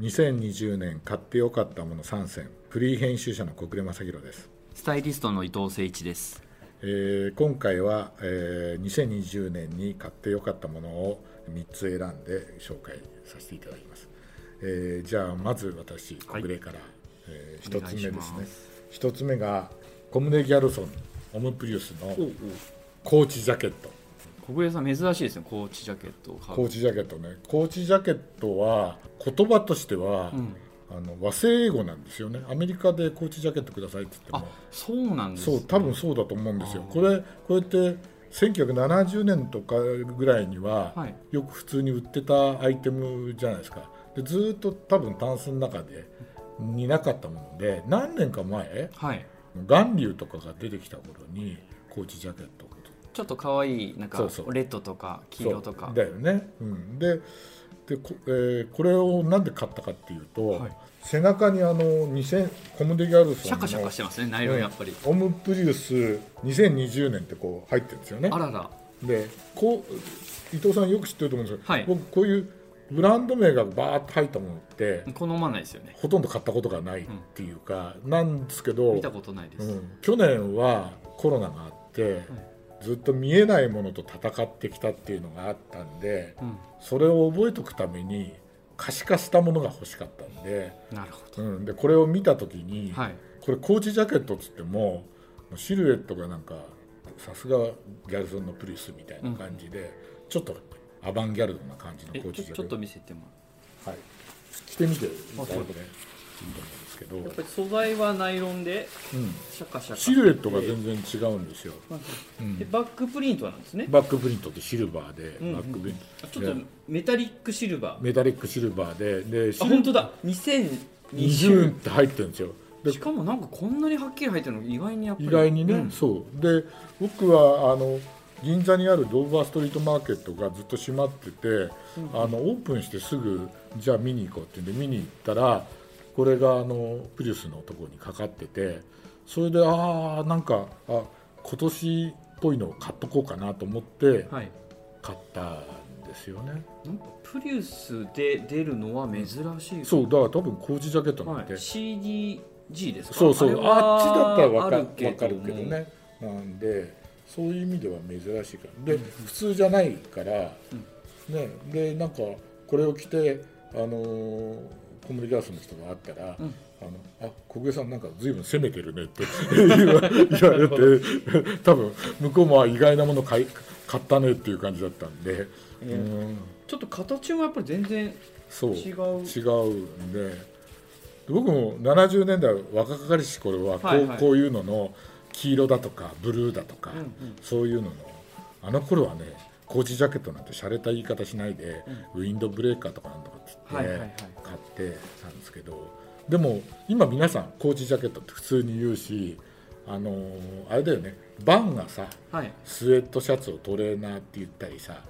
2020年買ってよかったもの3選フリー編集者の小暮正弘です、スタイリストの伊藤誠一です。えー今回は、えー2020年に買ってよかったものを3つ選んで紹介させていただきます、えーじゃあまず私小暮から、え1つ目お願いでしすまねす1つ目がコムネ・ギャルソンオムプリウスのおお。コーチジャケット小暮さん珍しいですね。コーチジャケットを買う。コーチジャケットねコーチジャケットは言葉としては、うんあの和製英語なんですよねアメリカでコーチジャケットくださいって言ってあも、そうなんです、そう多分。そうだと思うんですよあーこれこれって1970年とかぐらいには、はいよく普通に売ってたアイテムじゃないですかでずーっと多分タンスの中でになかったもので何年か前はい。巌流とかが出てきた頃にコーチジャケットちょっと可愛いなんかそうそうレッドとか黄色とかそう。だよね、うん、ででこ,、えーこれをなんで買ったかっていうと、はい背中にあの2000コムデギャルソンのシャカシャカしてますね。ナイロンやっぱり。オムプリウス2020年ってこう入ってるんですよねあらら。でこう伊藤さんよく知ってると思うんですけど、はい僕こういうブランド名がバーッと入ったものって好まないですよね。ほとんど買ったことがないっていうか、なんですけど見たことないです。うん、去年はコロナがあって、ずっと見えないものと戦ってきたっていうのがあったんでうん。それを覚えとくために可視化したものが欲しかったんで,、なるほど。うん、でこれを見た時に、はい。これコーチジャケットっつってももうシルエットがなんかさすがギャルソンのプリウスみたいな感じで、ちょっとアバンギャルドな感じのえコーちチょジャちケょっッとト、見せてもらはい、着てみてだいぶあねいいとそう思うんですけど、う。やっぱり素材はナイロンでうん、シャカシャカ。シルエットが全然違うんですよ、はいうんでバックプリントなんですね。バックプリントってシルバーで、んうんバックプリンあトちょっとメタリックシルバー。メタリックシルバーででシあル本当だ2020 20って入ってるんですよでしかもなんかこんなにはっきり入ってるの意外にやっぱり意外にね、うんそうで僕はあの銀座にあるドーバーストリートマーケットがずっと閉まってて、あのオープンしてすぐじゃあ見に行こうって言うんで見に行ったらこれがあのプリウスのところにかかっててそれでああなんかあ今年っぽいのを買っとこうかなと思ってはい買ったんですよね。なんかプリウスで出るのは珍しいそうだから多分工事ジャケットなんはいて、、 CDG ですかそうそれうあはっちだったらわかあるわかるけどねなんでそういう意味では珍しいからで、普通じゃないから、ねでなんかこれを着てあのーコムリガースの人があったら、んあのあ小暮さんなんか随分攻めてるねって 言わ言われて多分向こうもあ意外なもの買い買ったねっていう感じだったんで、ええうんちょっと形もやっぱり全然そう違う違うんで僕も70年代若かりし頃はこう,、はいはいこういうのの黄色だとかブルーだとか、うんうんそういうののあの頃はねコーチジャケットなんて洒落た言い方しないで、ウィンドブレーカーとかなんとかっつって、はいはいはい買ってたんですけどでも今皆さんコーチジャケットって普通に言うしあのーあれだよねバンがさはいスウェットシャツをトレーナーって言ったりさ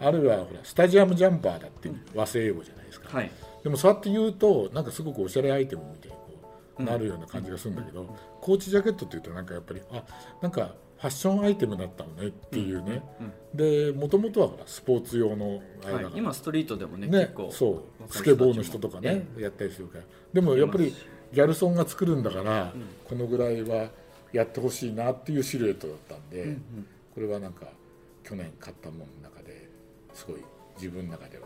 あるいはほらスタジアムジャンパーだって和製英語じゃないですか、はいでもそうやって言うとなんかすごくおしゃれアイテムみたいにこううんなるような感じがするんだけど、コーチジャケットっていうとなんかやっぱりあなんかファッションアイテムだったのねっていうね、でもともとはほらスポーツ用のあれだから、はい、今ストリートでもねね結構そう若い人たちもスケボーの人とかね、やったりするからでもやっぱいりますしギャルソンが作るんだから、このぐらいはやってほしいなっていうシルエットだったんで、これはなんか去年買ったものの中ですごい自分の中では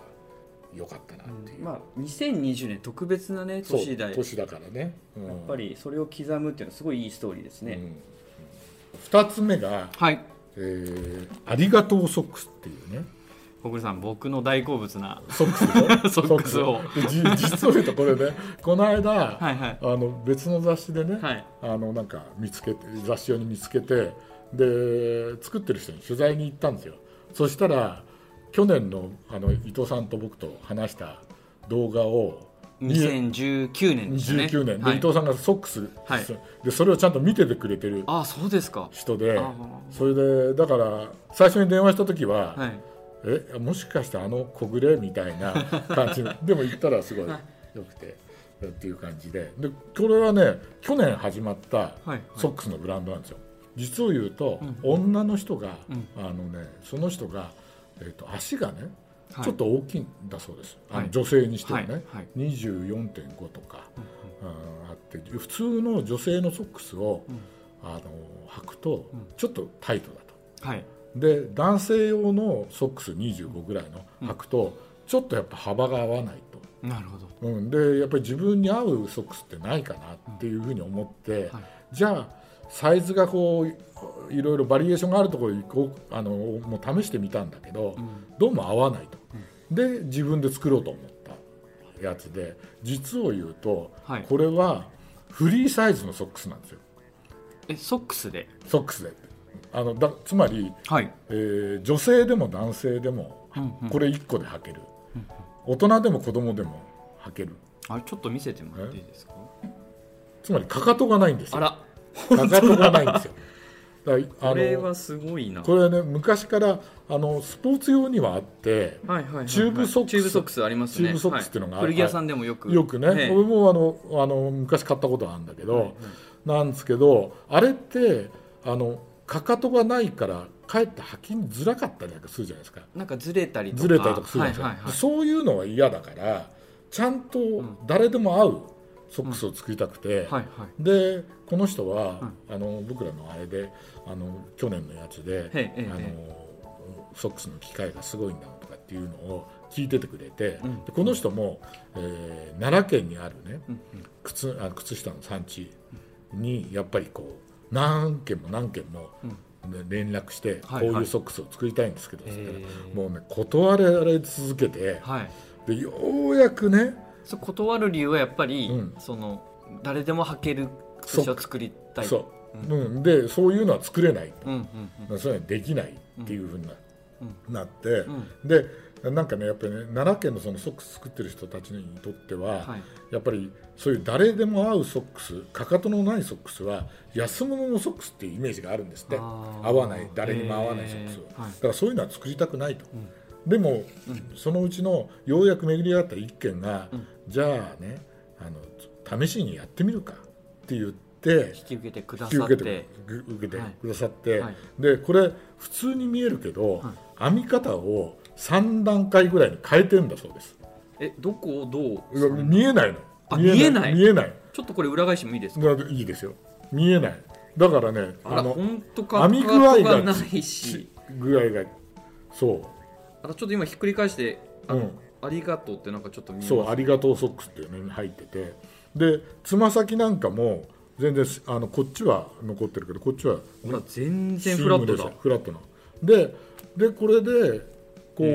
良かったなっていう、まあ2020年特別なねそう年代やっ年だからね、うんぱりそれを刻むっていうのはすごいいいストーリーですうんね、 2つ目が、はいえーありがとうソックス」っていうね小暮さん僕の大好物な ソックスねソックスソをックスでじ実を言うとこれねこの間、はいはいあの別の雑誌でね、はいあのなんか見つけて雑誌用に見つけてで作ってる人に取材に行ったんですよそしたら去年のあの伊藤さんと僕と話した動画を2019年でしたね19年で、はい伊藤さんがソックス、はいでそれをちゃんと見ててくれてるあそうですか人であそれでだから最初に電話した時は、はいえもしかしてあの小暮みた いな感じのでも行ったらすごい良くてっていう感じででこれはね去年始まったいはいソックスのブランドなんですよ、実を言うと、女の人が、あのねその人が、えっと足がねはいちょっと大きいんだそうです、あのはい女性にしてもね、はい24.5とか、うんあって普通の女性のソックスを、うんあの履くとうんちょっとタイトだとはいで男性用のソックス25ぐらいの履くと、ちょっとやっぱ幅が合わないなるほどと、うん、でやっぱり自分に合うソックスってないかなっていうふうに思って、はいじゃあサイズがこういろいろバリエーションがあるところにこうあのもう試してみたんだけど、うんどうも合わないと、で自分で作ろうと思ったやつで実を言うと、はいこれはフリーサイズのソックスなんですよえソックスでソックスであのだつまり、はいえー女性でも男性でもうんうんこれ1個で履ける、大人でも子供でも履けるあれちょっと見せてもらっていいですかつまりかかとがないんですあよからかとがないん ですよだからあのこれはすごいなこれはね昔からあのスポーツ用にはあってはいはいはいはいチューブソックスチューブソックスありますチねューブソックスっていうのがはい古着屋さんでもよくよくね、え俺もあのあの昔買ったことあるんだけど、なんですけどあれってあのかかとがないからかえって履きづらかったりなんかするじゃないですかなんかずれたりとかずれたりとかするはじゃないいですか、はいはいそういうのは嫌だからちゃんと誰でも合うソックスを作りたくて、はいはいでこの人は、あの僕らのあれであの去年のやつで、ええええあのソックスの機械がすごいんだとかっていうのを聞いててくれて、うんでこの人も、えー奈良県にあるねうん靴あの靴下の産地にやっぱりこう何件も何件も、ね連絡して、はいはいこういうソックスを作りたいんですけど、へーつったらもうね断られ続けてはいでようやくねそう断る理由はやっぱり、うんその誰でも履ける靴下を作りたいそう、うんでそういうのは作れないうんうんうんそういうのはできないっていうふうにな,、なって、んでなんかねやっぱりね奈良県のそのソックス作ってる人たちにとっては、はいやっぱりそういう誰でも合うソックスかかとのないソックスは安物のソックスっていうイメージがあるんですってあー合わない誰にも合わないソックスを、へーはいだからそういうのは作りたくないと、でも、そのうちのようやく巡り合った一件が、じゃあねあの試しにやってみるかって言って引き受けてくだ引きさっ受けててく受けてはいくださって、はいでこれ普通に見えるけど、編み方を3段階ぐらいに変えてんだそうです、えどこをどう見えないあの見見えないちょっとこれ裏返してもいいですかだからいいですよ見えないだからねあらの本当か編み具合かがないちし具合がそあちょっと今ひっくり返してあ,、う、うん、ありがとうってなんかちょっと見えますそうありがとうソックスっていうのに入っててでつま先なんかも全然しあのこっちは残ってるけどこっちはほら全然シフンラグッルトでだすよフラットなででこれでこう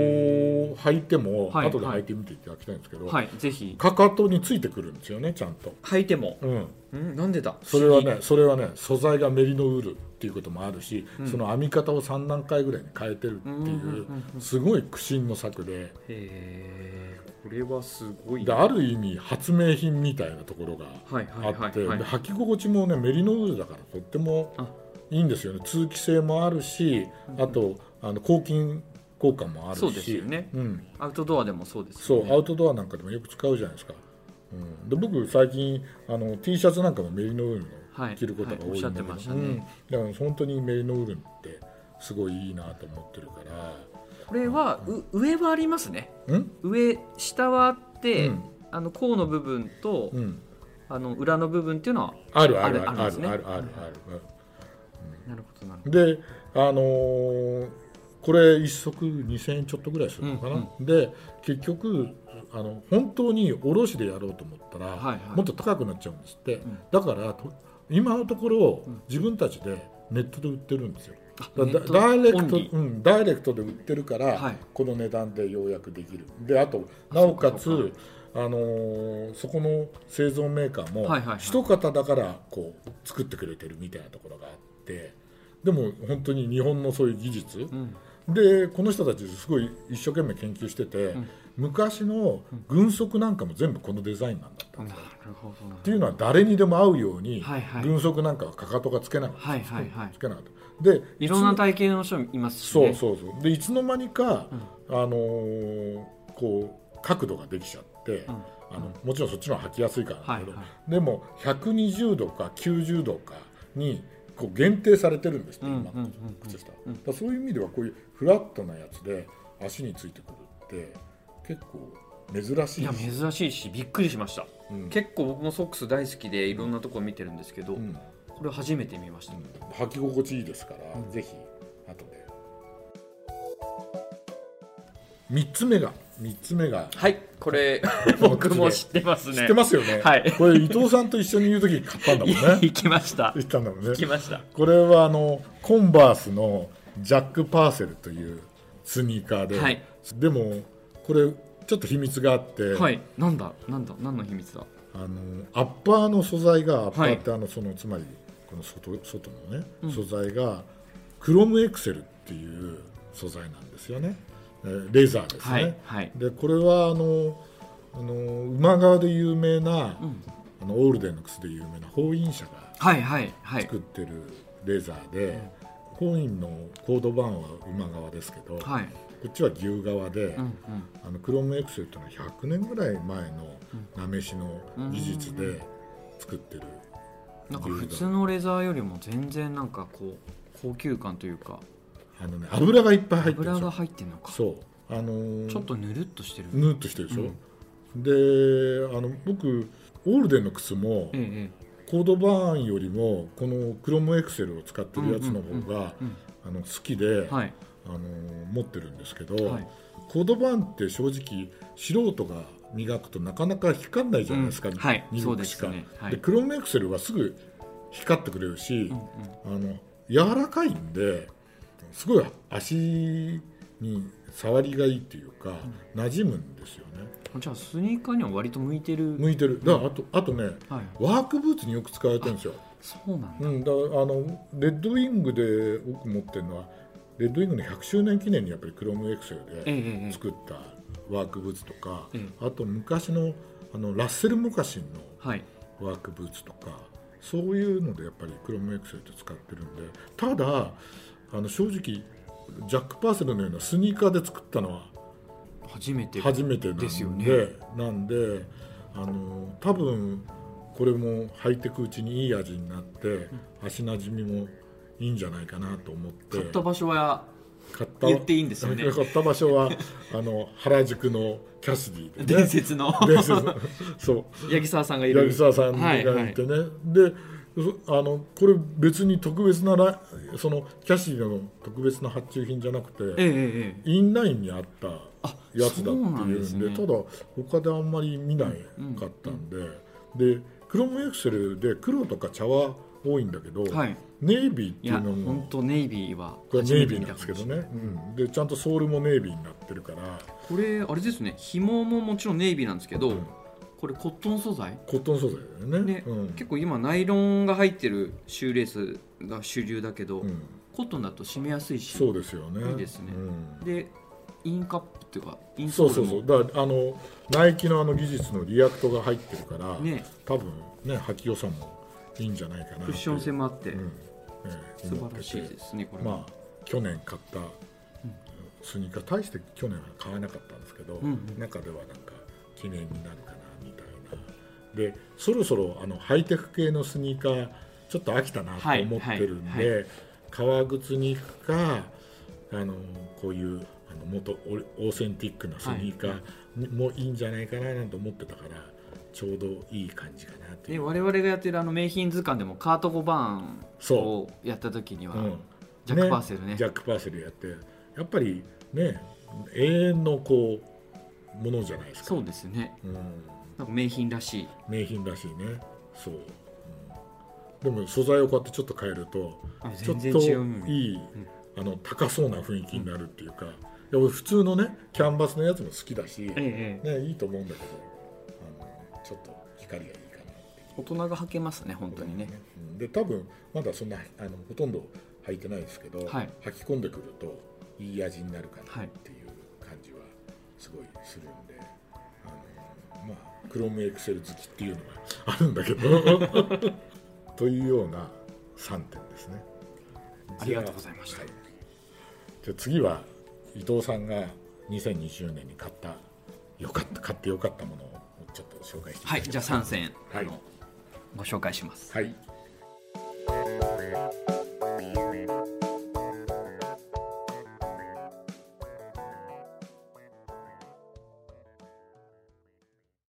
履いても、はい後で履いてみていただきたいんですけど、はいぜひかかとについてくるんですよねちゃんと、履いてもうん、んなんでだそれはねそれはね素材がメリノウールっていうこともあるし、その編み方を3段階ぐらいに変えてるってうんうんいうすごい苦心の策でへえこれはすごいでなある意味発明品みたいなところがはいはあいはっいてではい履き心地もねメリノウールだからとってもあいいんですよね通気性もあるしあとあの抗菌効果もあるしそうですよねうん、アウトドアでもそうですそよう、ねアウトドアなんかでもよく使うじゃないですか、うん、で僕最近あの T シャツなんかもメリノウールはいの着ることが多いんだけど、はいおっしゃってましたねうん、だから本当にメリノウールってすごいいいなと思ってるからこれはう上はありますねうん上下はあって、うんあの甲の部分と、うんあの裏の部分っていうのはあるあるあるあるああるんですねるあるあるある、なるほどなるうんであのーこれ一足2000円ちょっとぐらいするのかな、うんで結局あの本当に卸でやろうと思ったら、はいはいもっと高くなっちゃうんですって、んだからと今のところ自分たちでネットで売ってるんですよ、ほだどネットダイレオクントリ、ーうん、ダイレクトで売ってるから、はいこの値段でようやくできるであとなおかつそうあのーそこの製造メーカーも、はいはいはい一方だからこう作ってくれてるみたいなところがあってでも本当に日本のそういう技術、うんでこの人たちすごい一生懸命研究してて、ん昔の軍足なんかも全部このデザインなんだった、なっるほどなていうのは誰にでも合うように、はいはい軍足なんかはかかとがつけなかった、はいはいはいつけなかったでいろんな体型の人もいますし、そね、うそうそうでいつの間にか、あのーこう角度ができちゃって、あのもちろんそっちの方が履きやすいからだけど、はいはでも120度か90度かにこう限定されてるんですって、うん今のうんうんうん靴下、だからそういう意味ではこういうフラットなやつで足についてくるっって結構珍しいいやし珍しいしびっくりしましたうん結構僕もソックス大好きでいろんなとこ見てるんですけど、うんこれ初めて見ました、履き心地いいですから、ぜひ後で3つ目が3つ目がはいこれ この僕も知ってますね知ってますよね、はいこれ伊藤さんと一緒にいる時買ったんだも んね行きました行ったんだもんね行きましたこれはあのコンバースのジャック・パーセルというスニーカーで、はいでもこれちょっと秘密があって、はいなんだなんだ何の秘密だあのアッパーの素材がアッパーってあの、そのつまりこの外外のね、うん素材がクロムエクセルっていう素材なんですよね、えーレザーですね、はいはいでこれはあのあの馬側で有名な、うんあのオールデンの靴で有名な法印社がはいはいはい作ってるレザーで、法印のコード版は馬側ですけど、はいこっちは牛側で、うんあのクロムエクセルというのは100年ぐらい前のなめしの技術で作ってる、うんなんか普通のレザーよりも全然なんかこう高級感というかあのね油がいっぱい入ってるで油しがょ入ってるのかそうあのーちょっとぬるっとしてるぬーっとしてるでしょ、であの僕オールデンの靴もええコードバーンよりもこのクロムエクセルを使ってるやつの方うんうんがうんあの好きで、はいあのー持ってるんですけど、はいコードバーンって正直素人が磨くとなかなか光らないじゃないですか、うんはい磨くしかそうですねはいでクロムエクセルはすぐ光ってくれるし、うんうんあの柔らかいんですごい足に触りがいいっていうか、馴染むんですよねじゃあスニーカーには割と向いてる向いてるだからあとあとねはいワークブーツによく使われてるんですよ、そうなんだうん、だからあのレッドウィングで僕持ってるのはレッドウィングの100周年記念にやっぱりクロムエクセルで、ええええええ作ったワークブーツとか、えあと昔のあのラッセル・モカシンはいのワークブーツとかそういうのでやっぱりクロムエクセルって使ってるんでただあの正直ジャック・パーセルのようなスニーカーで作ったのは初めて初めてなんでですよねなんであの多分これも履いてくうちにいい味になって足なじみもいいんじゃないかなと思って買った場所は買った言っていいんですよ ね買った場 所はあの原宿のキャシディで、ね、伝 説の伝説の そう八木沢さんがいる柳沢さんがはいいてね、はいでそあのこれ別に特別なラそのキャシディの特別な発注品じゃなくええてええええインラインにあったやつだっていそうなうんんでですねただ他であんまり見ないかったんで、でクロムエクセルで黒とか茶は多いんだけど、はいネイビーっていいやうのも本当ネイビーはこれ初ネめイてビー見なたんでかすもけどしれないね、うん、でちゃんとソールもネイビーになってるからこれあれですね紐ももちろんネイビーなんですけど、うんこれコットン素材コットン素材だよねねうん結構今ナイロンが入ってるシューレースが主流だけど、うん、コットンだと締めやすいしそうですよねいいですねうんでインカップっていうかインソそーうルそうもそうだからあのナイキのあの技術のリアクトが入ってるから、ね多分ね履き良さもいいんじゃないかなっていうクッション性もあって、うんね素晴らしいですねこ思ってれては、まあ去年買ったスニーカー大して去年は買わなかったんですけど、うんうん中ではなんか記念になるかなみたいなでそろそろあのハイテク系のスニーカーちょっと飽きたなと思ってるんで、はいは革靴に行くかあのこういうあの元オリオーセンティックなスニーカーにもいいんじゃないかななんて思ってたからちょうどいい感じかなっていでう。我々がやってるあの名品図鑑でもカート・ゴバーンをそやった時には、うんジャック・パーセルねジャック・パーセルやってやっぱりね永遠のこうものじゃないですかそうですねうん、なんか名品らしい名品らしいねそう、うんでも素材をこうやってちょっと変えるとあちょ全っ然と違うもんねいい、あの高そうな雰囲気になるっていうか、いや俺普通のねキャンバスのやつも好きだし、ええええね、いいと思うんだけどあのちょっと光がいいかなっていう大人が履けますね本当にね、うんで多分まだそんなあのほとんど履いてないですけど、はい履き込んでくるといい味になるかはないっていう感じはすごいするんで、あのまあクロムエクセル好きっていうのはあるんだけど というような3点ですねありがとうございましたはいじゃあ次は伊藤さんが2020年に買ったよかった買ってよかったものをちょっと紹介してはいただきじゃあます3選、はいあのご紹介しますはい